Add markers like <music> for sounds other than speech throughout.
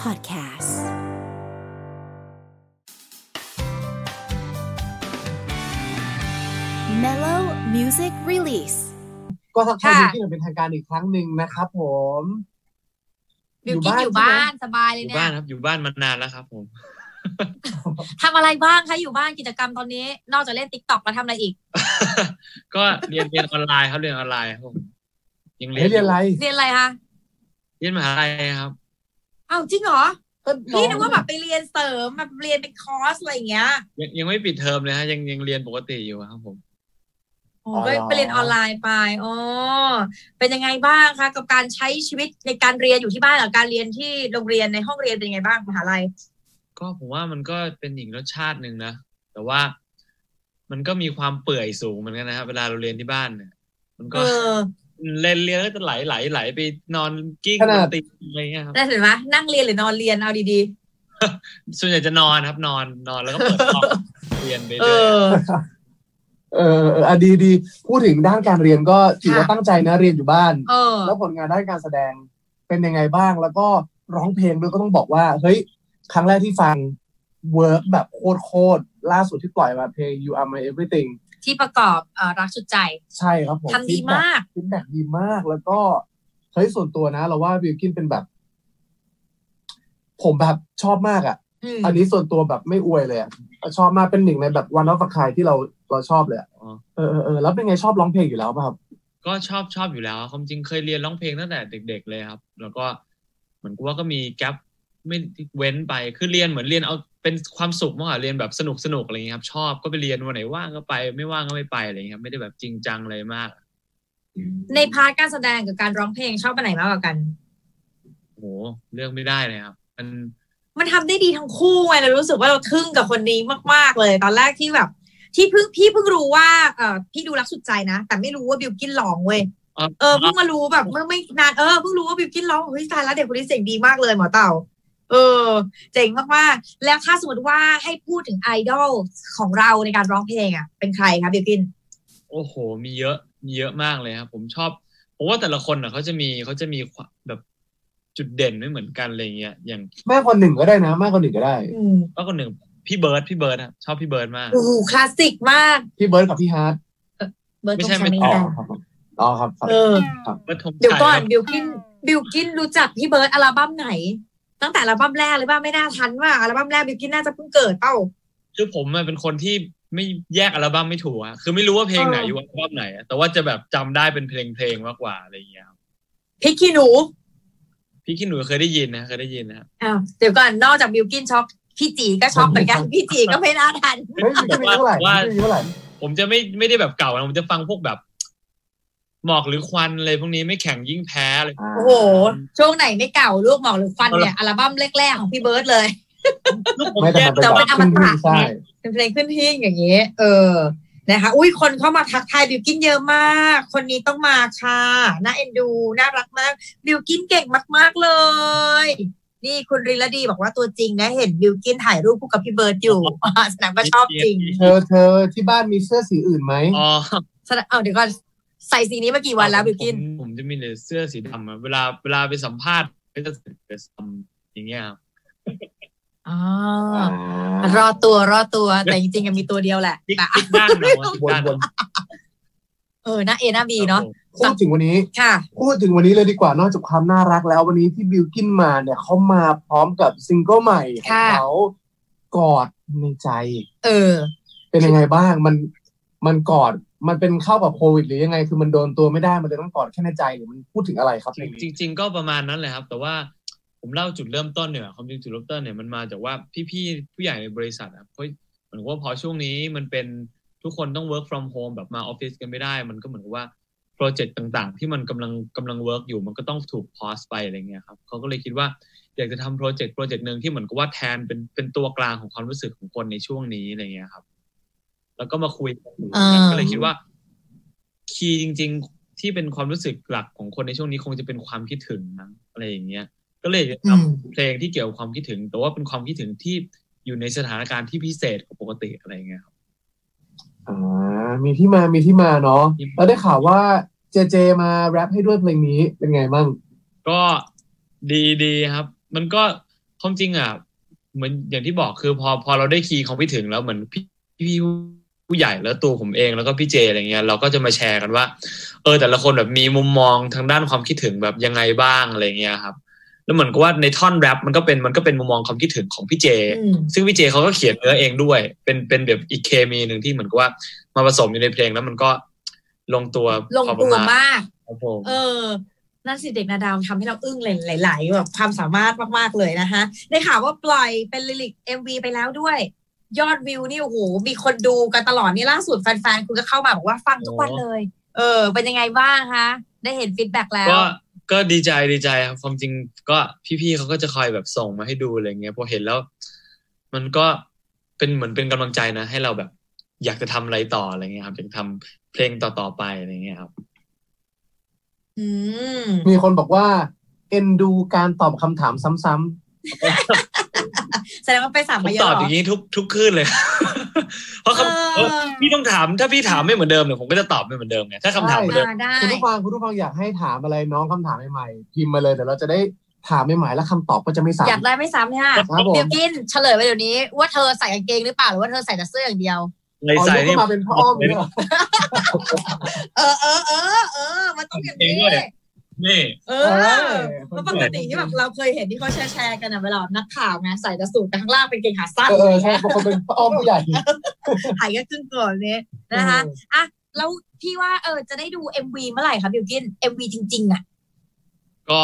Podcast Mellow Music Release ก็ทักทาย ค่ะ พี่ๆอย่างเป็นทางการอีกครั้งหนึ่งนะครับผม บิวกิ้น อ อยู่ ยู่ บ้า บ้าน นสบายเล อย ยู่ เนี่ บ้าย นครับอยู่บ้านมานานแล้วครับผม <laughs> ทำอะไรบ้างคะอยู่บ้านกิจกรรมตอนนี้ นอกจากเล่นติ๊กต็อกแล้วทำอะไรอีก ก็เรียนเรียนออนไลน์ครับเรียนออนไลน์ครับผมยังเรีย เฮ้ น ยเรียนอะไร เรียนอะไรคะ เรียนมหาลัยครับ อ้าวจริงเหรอ ก็ พี่นึกว่าแบบไปเรียนเสริมแบบเรียนเป็นคอร์สอะไรอย่างเงี้ย ยังยังไม่ปิดเทอมเลยฮะยังยังเรียนปกติอยู่ครับผม อ๋อก็ไปเรียนออนไลน์ไปอ๋อเป็นยังไงบ้างคะกับการใช้ชีวิตในการเรียนอยู่ที่บ้านกับการเรียนที่โรงเรียนในห้องเรียนเป็นยังไงบ้างมหาลัย ก็ผมว่ามันก็เป็นอีกรสชาติหนึ่งนะแต่ว่ามันก็มีความเปื่อยสูงเหมือนกันนะครับเวลาเราเรียนที่บ้านเนี่ย มัน เอ ก็ อ เรียนเรียนก็จะไหลไหลไหลไปนอนกิ้ง ขนาด บนเตียงอะไรเงี้ยครับ ได้เห็นไหมนั่งเรียนหรือนอนเรียนเอาดี ส่วนใหญ่จะนอนครับ นอนนอนแล้วก็เปิดคอมเรียนไป ๆ เอ เรื่อย อ เออเอออ่ะดีดีพูดถึงด้านการเรียนก็ถือว่า ค่ะ ตั้งใจนะเรียนอยู่บ้าน เออ แล้วผลงานด้านการแสดงเป็นยังไงบ้าง แล้วก็ร้องเพลงด้วยก็ต้องบอกว่า เฮ้ย ครั้งแรกที่ฟังเวิร์กแบบโคตรๆล่าสุดที่ปล่อยมาเพลง You Are My Everything ที่ประกอบเอ่อรักสุดใจ ใช่ครับผม ทำดีมาก ฟีดแบ็ดีมากแล้วก็เฮ้ยส่วนตัวนะ เราว่าวิลกินเป็นแบบ ผมแบบชอบมากอ่ะ อืม อันนี้ส่วนตัวแบบไม่อวยเลยอะชอบมากเป็นหนึ่งในแบบวันออฟคายที่เราเราชอบเลยอะ ๆอ๋อ เออเออเออแล้วเป็นไงชอบร้องเพลงอยู่แล้วป่ะครับ ก็ชอบชอบอยู่แล้วครับความจริงเคยเรียนร้องเพลงตั้งแต่เด็ก ๆ เลยครับ แล้วก็เหมือนกูว่าก็มีแกลบไม่เว้นไปคือเรียนเหมือนเรียนเอาเป็นความสุขมากกว่าเรียนแบบสนุกสนุกอะไรอย่างเงี้ยครับ ชอบก็ไปเรียนวันไหนว่างก็ไป ไม่ว่างก็ไม่ไปอะไรอย่างเงี้ยครับไม่ได้แบบจริงจังเลยมาก ในพาร์ทการแสดงกับการร้องเพลงชอบอันไหนมากกว่ากัน โอ้โหเลือกไม่ได้เลยครับ มัน มันทำได้ดีทั้งคู่ไงเรารู้สึกว่าเราทึ่งกับคนนี้มากๆเลย ตอนแรกที่แบบ ที่เพิ่งพี่เพิ่งรู้ว่าเออพี่ดูรักสุดใจนะ แต่ไม่รู้ว่าบิวกินร้องเว้ยเออเพิ่งมารู้แบบเมื่อไม่นานเออเพิ่งรู้ว่าบิวกินร้องเฮ้ยตายแล้วเด็กคนนี้เสียงดีมากเลยหมอเต่า เออ เจ๋งมากๆแล้วถ้าสมมติว่าให้พูดถึงไอดอลของเราในการร้องเพลงอ่ะเป็นใครคะบิวกิน โอ้โห มีเยอะมีเยอะมากเลยครับ ผมชอบผมว่าแต่ละคนอ่ะเขาจะมีเขาจะมีความแบบจุดเด่นไม่เหมือนกันอะไรอย่างเงี้ยอย่าง แม่คนหนึ่งก็ได้นะแม่คนหนึ่งก็ได้ อืม ก็คนหนึ่งพี่เบิร์ดพี่เบิร์ดอะชอบพี่เบิร์ดมาก โอ้โหคลาสสิกมาก พี่เบิร์ดกับพี่ฮาร์ด เบิร์ด ไม่ ธง ใช่ ชัย ไม่ ไม่ อ๋อ ได้ ครับผมอ๋อครับครับ เออ ครับ เบิร์ดธงชั เดี๋ยวก่อน ครับ บิวกินบิวกินรู้จักพี่เบิร์ดอัลบั้มไหน ตั้งแต่อัลบั้มแรกเลยป่ะไม่น่าทันว่าอัลบั้มแรกบิวกินน่าจะเพิ่งเกิดเปล่า คือผมอะเป็นคนที่ไม่แยกอัลบั้มไม่ถูกอะคือไม่รู้ว่าเพลงไหน เออ อ อ ยู่อัลบั้มไหนอะแต่ว่าจะแบบจำได้เป็นเพลงเพลงมากกว่าอะไรอย่างเงี้ยครับ พี่ขี้หนู พี่ขี้หนูเคยได้ยินนะเคยได้ยินนะ อ้าวเดี๋ยวก่อนนอกจากบิวกินช็อกพี่จีก็ช็อกเหมือนกัน พี่จีก็ไม่น่าทัน เฮ้ยพี่ แต่ มี ว่า เท่าไหร่ แต่ว่า พี่มีเท่าไหร่ ผมจะไม่ไม่ได้แบบเก่านะผมจะฟังพวกแบบ หมอกหรือควันอะไรพวกนี้ไม่แข็งยิ่งแพ้อะไร า โอ้โห ช่วงไหนไม่เก่าลูกหมอกหรือควันเนี่ยอัลบั้มแรกๆของพี่เบิร์ดเลย ลูกผม ไม่แต่ แยก มันเป็นแบบแต่ว่าอมตะ ขึ้นที่ใช่ เป็นเพลงขึ้นที่อย่างนี้ เออนะคะอุ้ยคนเข้ามาทักทายบิวกินเยอะมาก คนนี้ต้องมาค่ะน่าเอ็นดูน่ารักมากบิวกินเก่งมาก ๆเลย นี่คุณริลดีบอกว่าตัวจริงนะเห็นบิวกินถ่ายรูปคู่กับพี่เบิร์ดอยู่ <laughs> แสดงว่าชอบจริง เธอเธอที่บ้านมีเสื้อสีอื่นไหม อ๋อ แสดงเอาเดี๋ยวก่อนใส่สีนี้มากี่วันแล้วบิวกิน ผมผมจะมีแต่เสื้อสีดำอะเวลาเวลาไปสัมภาษณ์ก็จะใส่เสื้อสีดำอย่างเงี้ยครับ อ๋อ อ่าร อตัวรอตัวแต่จริงๆยังมีตัวเดี <laughs> ยวแหละ ติ๊ก แต่ ติ๊กด้าน <laughs> หนะว่าติ๊ก วน ด้าน วน เออหน้าเอหน้าบีเนาะ พูดถึงวันนี้ ค่ะ พูดถึงวันนี้เลยดีกว่านอกจากความน่ารักแล้ววันนี้ที่บิลกินมาเนี่ยเขามาพร้อมกับซิงเกิลใหม่ของ ค่ะ เขากอดในใจ เออ เป็นยังไงบ้างมันมันกอดมันเป็นเข้ากับโควิดหรือยังไง คือมันโดนตัวไม่ได้มันเลยต้องกอดแค่ในใจหรือมันพูดถึงอะไรครับเพลง จ นี้ ริงๆจริง ๆ ก็ประมาณนั้นแหละครับ แต่ว่าผมเล่าจุดเริ่มต้นเนี่ยความจริงจุดเริ่มต้นเนี่ยมันมาจากว่าพี่ๆผู้ใหญ่ในบริษัทอะเขาเหมือนกับว่าพอช่วงนี้มันเป็นทุกคนต้อง work from home แบบมาออฟฟิศกันไม่ได้ มันก็เหมือนกับว่าโปรเจกต์ต่างๆ ที่มันกำลังกำลัง work อยู่มันก็ต้องถูก pause ไปอะไรเงี้ยครับเขาก็เลยคิดว่าอยากจะทำโปรเจกต์โปรเจกต์หนึ่งที่เหมือนกับว่าแทนเป็นเป็นตัวกลางของความรู้สึกของคนในช่วงนี้อะไรเงี้ยครับ แล้วก็มาคุยกัน อ่า ก็เลยคิดว่า คีย์จริง ๆ ที่เป็นความรู้สึกหลักของคนในช่วงนี้คงจะเป็นความคิดถึงมั้งอะไรอย่างเงี้ย ก็เลย อืม ทำเพลงที่เกี่ยวกับความคิดถึง แต่ว่าเป็นความคิดถึงที่อยู่ในสถานการณ์ที่พิเศษกว่าปกติอะไรอย่างเงี้ยครับ อ่ามีที่มามีที่มาเนาะ มี แล้วได้ข่าวว่าเจเจมาแรปให้ด้วยเพลงนี้เป็นไงบ้าง ก็ดีดีครับ มันก็ ความจริงอ่ะเหมือนอย่างที่บอกคือพอพอเราได้คีย์ของพี่ถึงแล้วเหมือนพี่พี่ผู้ใหญ่แล้วตัวผมเองแล้วก็พี่เจอะไรเงี้ยเราก็จะมาแชร์กันว่า เออ แต่ละคนแบบมีมุมมองทางด้านความคิดถึงแบบยังไงบ้างอะไรเงี้ยครับ แล้วเหมือนกับว่าในท่อนแรปมันก็เป็นมันก็เป็นมุมมองความคิดถึงของพี่เจ อืม ซึ่งพี่เจเขาก็เขียนเนื้อเองด้วย เป็นเป็นแบบอีกเคมีหนึ่งที่เหมือนกับว่ามาผสมอยู่ในเพลงแล้วมันก็ลงตัว ลง พอป ตั ระ ว ณ มาก ครับผม เออ นั่นสิเด็กนาดาวทำให้เราอึ้งหลายๆแบบความสามารถมากๆเลยนะคะได้ข่าวว่าปล่อยเป็นลิลิก MV ไปแล้วด้วย ยอดวิวนี่โอ้โหมีคนดูกันตลอดนี่ล่าสุดแฟนๆ คุณก็เข้ามาบอกว่าฟังทุกวันเลย เออ เป็นยังไงบ้างคะได้เห็นฟีดแบ็กแล้ว ก็ก็ดีใจดีใจครับความจริงก็พี่ๆเขาก็จะคอยแบบส่งมาให้ดูอะไรเงี้ยพอเห็นแล้ว มันก็เป็นเหมือนเป็นกำลังใจนะ ให้เราแบบ อยากจะทำอะไรต่ออะไรเงี้ยครับอยากจะทำเพลงต่อๆไปอะไรเงี้ยครับ อืม มีคนบอกว่า เอ็นดูการตอบคำถามซ้ำ แสดงว่าไปสาม ผม มาเยอะ ตอบ เหร อ อ ย่างนี้ทุกทุกคืนเลย <laughs> เพราะคำ เออ พี่ต้องถามถ้าพี่ถามไม่เหมือนเดิมเนี่ยผมก็จะตอบไม่เหมือนเดิมไงถ้าคำถามเหมือนเดิม อ่าได้ ๆคุณผู้ฟังคุณผู้ฟังอยากให้ถามอะไรน้องคำถามใหม่ๆพิมพ์มาเลยเดี๋ยวเราจะได้ถามใหม่ๆแล้วคำตอบก็จะไม่ซ้ำ อยากได้ไม่ซ้ำเนี่ย ครับผม เดี๋ยวกินเฉลยไปเดี๋ยวนี้ ว่าเธอใส่กางเกงหรือเปล่าหรือว่าเธอใส่แต่เสื้ออย่างเดียว ใน อ๋อ ใส่ ยก นี่ ขึ้นมาเป็นพ่อ <laughs> อ้อมเลยเหรอ เออเออเออเออมันต้องอย่างนี้ เกงด้วย นี่ เอ เอ อ อ เพราะปกติที่แบบเราเคยเห็นที่เขาแชร์แชร์กันอะเวลานักข่าวไงใส่แต่สูทแต่ข้างล่างเป็นเกงขาสั้น เออเออใช่บางคนเป็นพ่ออ้อมผู้ใหญ่ หายก็ขึ้นก่อนเนี้ยนะคะอ่ะแล้วพี่ว่าเออจะได้ดู MV เมื่อไหร่คะบิวกิน MV จริง ๆ อ่ะ ก็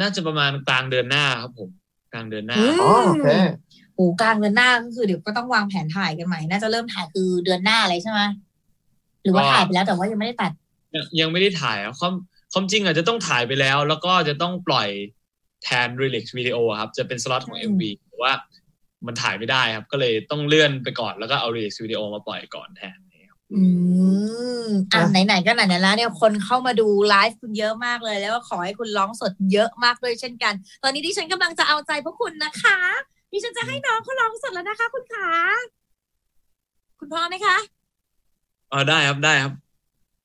น่าจะประมาณกลางเดือนหน้าครับผม กลางเดือนหน้า อืม อ๋อโอเค โอ้กลางเดือนหน้าก็คือเดี๋ยวก็ต้องวางแผนถ่ายกันใหม่ น่าจะเริ่มถ่ายคือเดือนหน้าเลยใช่ไหมหรือว่า ก็ ถ่ายไปแล้วแต่ว่ายังไม่ได้ตัด ยังยังไม่ได้ถ่ายอะความความจริงอาจจะต้องถ่ายไปแล้ว แล้วก็จะต้องปล่อยแทน r e l i x Video อะครับ จะเป็นสล็อตของ อืม MV แต่ว่ามันถ่ายไม่ได้ครับ ก็เลยต้องเลื่อนไปก่อนแล้วก็เอา r e l i x Video มาปล่อยก่อนแทน อืมอ่ะไหนๆก็ไหนๆแล้วเนี่ยคนเข้ามาดูไลฟ์คุณเยอะมากเลย แล้วก็ขอให้คุณร้องสดเยอะมากด้วยเช่นกัน ตอนนี้ดิฉันกำลังจะเอาใจพวกคุณนะคะดิฉันจะให้น้องเขาร้องสดแล้วนะคะ คุณขาคุณพร้อมไหมคะ อ๋อได้ครับได้ครับ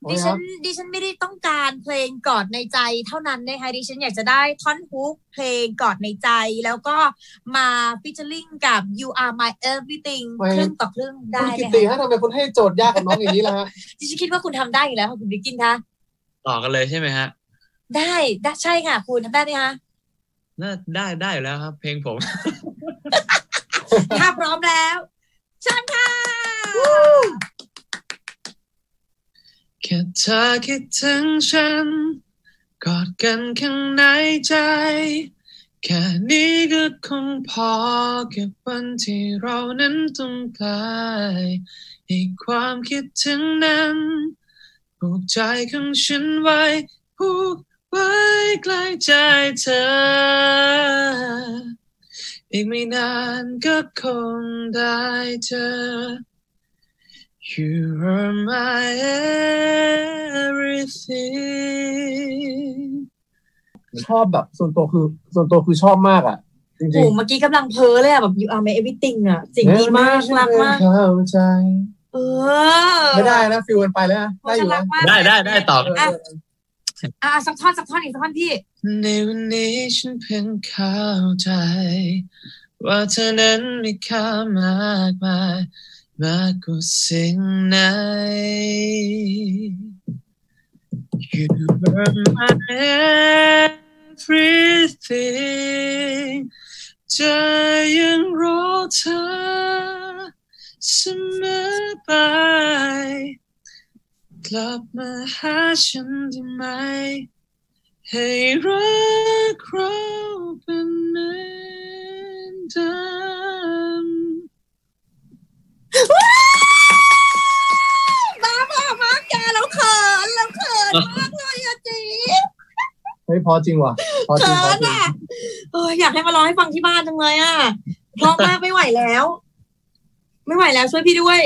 โอ ดิ เคค ฉั รับ นดิฉันไม่ได้ต้องการเพลงกอดในใจเท่านั้นนะคะดิฉันอยากจะได้ท่อนฮุกเพลงกอดในใจ แล้วก็มาฟิชเชอร์ลิงกับ you are my everything ครึ่งต่อครึ่งได้ คุณกิเลยค่ะ ติฮะทำไมคุณให้โจทย์ยากกับน้องอย่างนี้ล่ะฮะ ดิฉันคิดว่าคุณทำได้อยู่แล้วค่ะคุณบิ๊กกินคะ ต่อกันเลยใช่ไหมฮะ ได้ได้ใช่ค่ะ คุณทำได้ไหม <laughs> คะ น่าได้ได้อยู่แล้วครับ เพลงผม ถ้าพร้อมแล้วเชิญค่ะ แค่เธอคิดถึงฉัน กอดกันข้างในใจ แค่นี้ก็คงพอเก็บวันที่เรานั้นต้องตายให้ความคิดถึงนั้นผูกใจของฉันไว้ผูกไว้ใกล้ใจเธอ อีกไม่นานก็คงได้เจอ You are my everything ชอบแบบส่วนตัวคือส่วนตัวคือชอบมากอ่ะ จริ โอ้ ง เมื่อกี้กำลังเพ้อเลยอะแบบ you are my everything อะ ๆ สิ่งดีมากรักมาก เข้าใจ เออ ไม่ได้นะฟิวมันไปแล้วนะได้อยู่ รั นะ กมาก ได้ได้ได้ต่อกัน อ่ะอ่ะสักท่อนสักท่อนอีกสักท่อนพี่ ในวันนี้ฉันเพิ่งเข้าใจ ว่าเธอนั้นมีค่ามากมายมากกว่าสิ่งไหน You are my everything จะยังรอเธอเสมอไป กลับมาหาฉันได้ไหม ให้รักเราเป็นเหมือนเดิม มาพ่อมากแกแล้วเขินแล้วเขินมากเลยอะจี เฮ้ยพอจริงว่ะพอจริงพเขิอจ น ริง อะเอออยากให้มาร้องให้ฟังที่บ้านจังเลยอะเพราะมากไม่ไหวแล้ว ไม่ไหวแล้วช่วยพี่ด้วย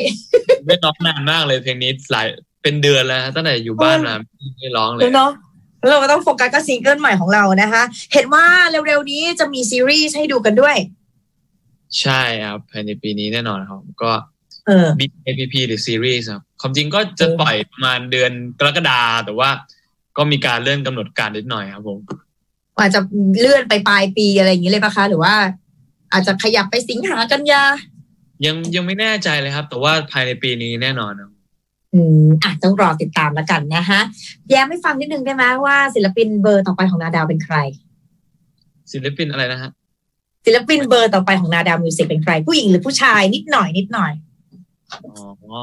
ไม่ร้องนานมากเลยเพลงนี้หลายเป็นเดือนแล้วฮะตั้งแต่อยู่บ้านมาไม่ได้ร้องเลย เนาะแล้วเราก็ต้องโฟกัสกับซิงเกิลใหม่ของเรานะคะ เห็นว่าเร็วๆนี้จะมีซีรีส์ให้ดูกันด้วย ใช่ครับภายในปีนี้แน่นอนครับ ก็ เออ B A P P หรือซีรีส์ครับความจริงก็จะปล่อยประมาณเดือนกรกฎาแต่ว่าก็มีการเลื่อนกำหนดการนิดหน่อยครับผม อาจจะเลื่อนไปปลายปีอะไรอย่างนี้เลยปะคะ หรือว่า อาจจะขยับไปสิงหากันยา ยังยังไม่แน่ใจเลยครับ แต่ว่าภายในปีนี้แน่นอนครับ อืมอ่ะต้องรอติดตามแล้วกันนะฮะ แย้มให้ฟังนิดนึงได้ไหมว่าศิลปินเบอร์ต่อไปของนาดาวเป็นใคร ศิลปินอะไรนะฮะ ศิลปินเบอร์ต่อไปของนาดาวมิวสิกเป็นใคร ผู้หญิงหรือผู้ชายนิดหน่อยนิดหน่อย อ๋อ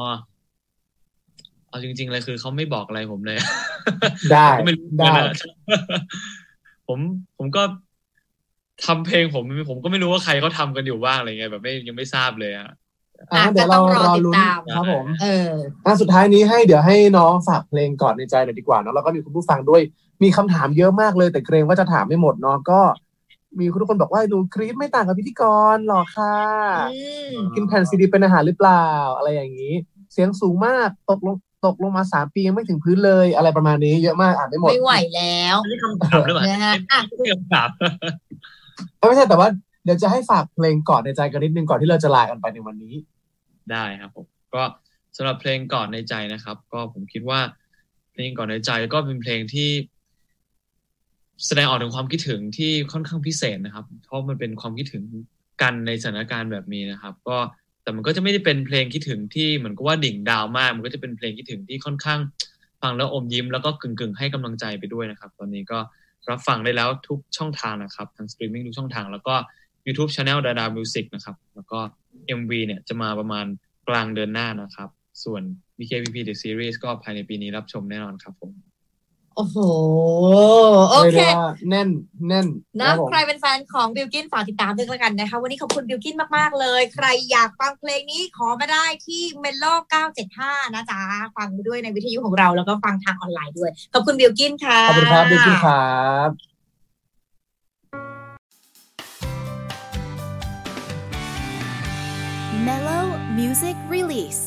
เอาจริง ๆ เลยคือเขาไม่บอกอะไรผมเลย ได้ ผมก็ไม่รู้เหมือน ได้ กันนะ <laughs> ผมผมก็ทำเพลงผมผมก็ไม่รู้ว่าใครเขาทำกันอยู่บ้างอะไรเงี้ยแบบไม่ยังไม่ทราบเลยอะ อ่ะ อ่ะ เดี๋ยวเรา ก็ต้องร ร อ อ ติด ลุ้น ตาม ครับผม เออ อ่ะสุดท้ายนี้ให้เดี๋ยวให้น้องฝากเพลงก่อนในใจหน่อยดีกว่าเนาะแล้วก็มีคุณผู้ฟังด้วย มีคำถามเยอะมากเลย แต่เกรงว่าจะถามไม่หมดเนาะก็ มีคุณทุกคนบอกว่าดูครีปไม่ต่างกับพิธีกรหรอกค่ะ อืม กินแผ่นซีดีเป็นอาหารหรือเปล่า อะไรอย่างนี้ เสียงสูงมากตกลงตกลงมาสามปียังไม่ถึงพื้นเลย อะไรประมาณนี้เยอะมากอ่านไม่หมด ไม่ไหวแล้ว ไม่คำถามหรือเปล่า นะฮะอ่ะ ไม่คำถาม <laughs> ไม่ใช่แต่ว่าเดี๋ยวจะให้ฝากเพลงก่อนในใจกันนิดนึงก่อนที่เราจะลากันไปในวันนี้ ได้ครับผมก็สำหรับเพลงก่อนในใจนะครับ ก็ผมคิดว่า เพลงก่อนในใจก็เป็นเพลงที่ แสดงออกถึงความคิดถึงที่ค่อนข้างพิเศษนะครับ เพราะมันเป็นความคิดถึงกันในสถานการณ์แบบนี้นะครับ ก็แต่มันก็จะไม่ได้เป็นเพลงคิดถึงที่เหมือนกับว่าดิ่งดาวมาก มันก็จะเป็นเพลงคิดถึงที่ค่อนข้าง ฟังแล้วอมยิ้มแล้วก็กึ่งๆให้กำลังใจไปด้วยนะครับ ตอนนี้ก็รับฟังได้แล้วทุกช่องทางนะครับทางสตรีมมิ่งทุกช่องทางแล้วก็ YouTube Channel ดาดามิวสิกนะครับ แล้วก็ MV เนี่ยจะมาประมาณกลางเดือนหน้านะครับ ส่วน BKPP The Series ก็ภายในปีนี้รับชมแน่นอนครับผม โอ้โห โอ โอ เค เคแน่นแน่น นะ ผม ใครเป็นแฟนของบิลกินฝากติดตามด้วยละกันนะคะ วันนี้ขอบคุณบิลกินมาก ๆ เลย ใครอยากฟังเพลงนี้ขอมาได้ที่เมโล975 นะจ๊ะ ฟังด้วยในวิทยุของเราแล้วก็ฟังทางออนไลน์ด้วย ขอบคุณบิลกินค่ะ ขอบคุณครับดิคุณครับ Mellow Music Release.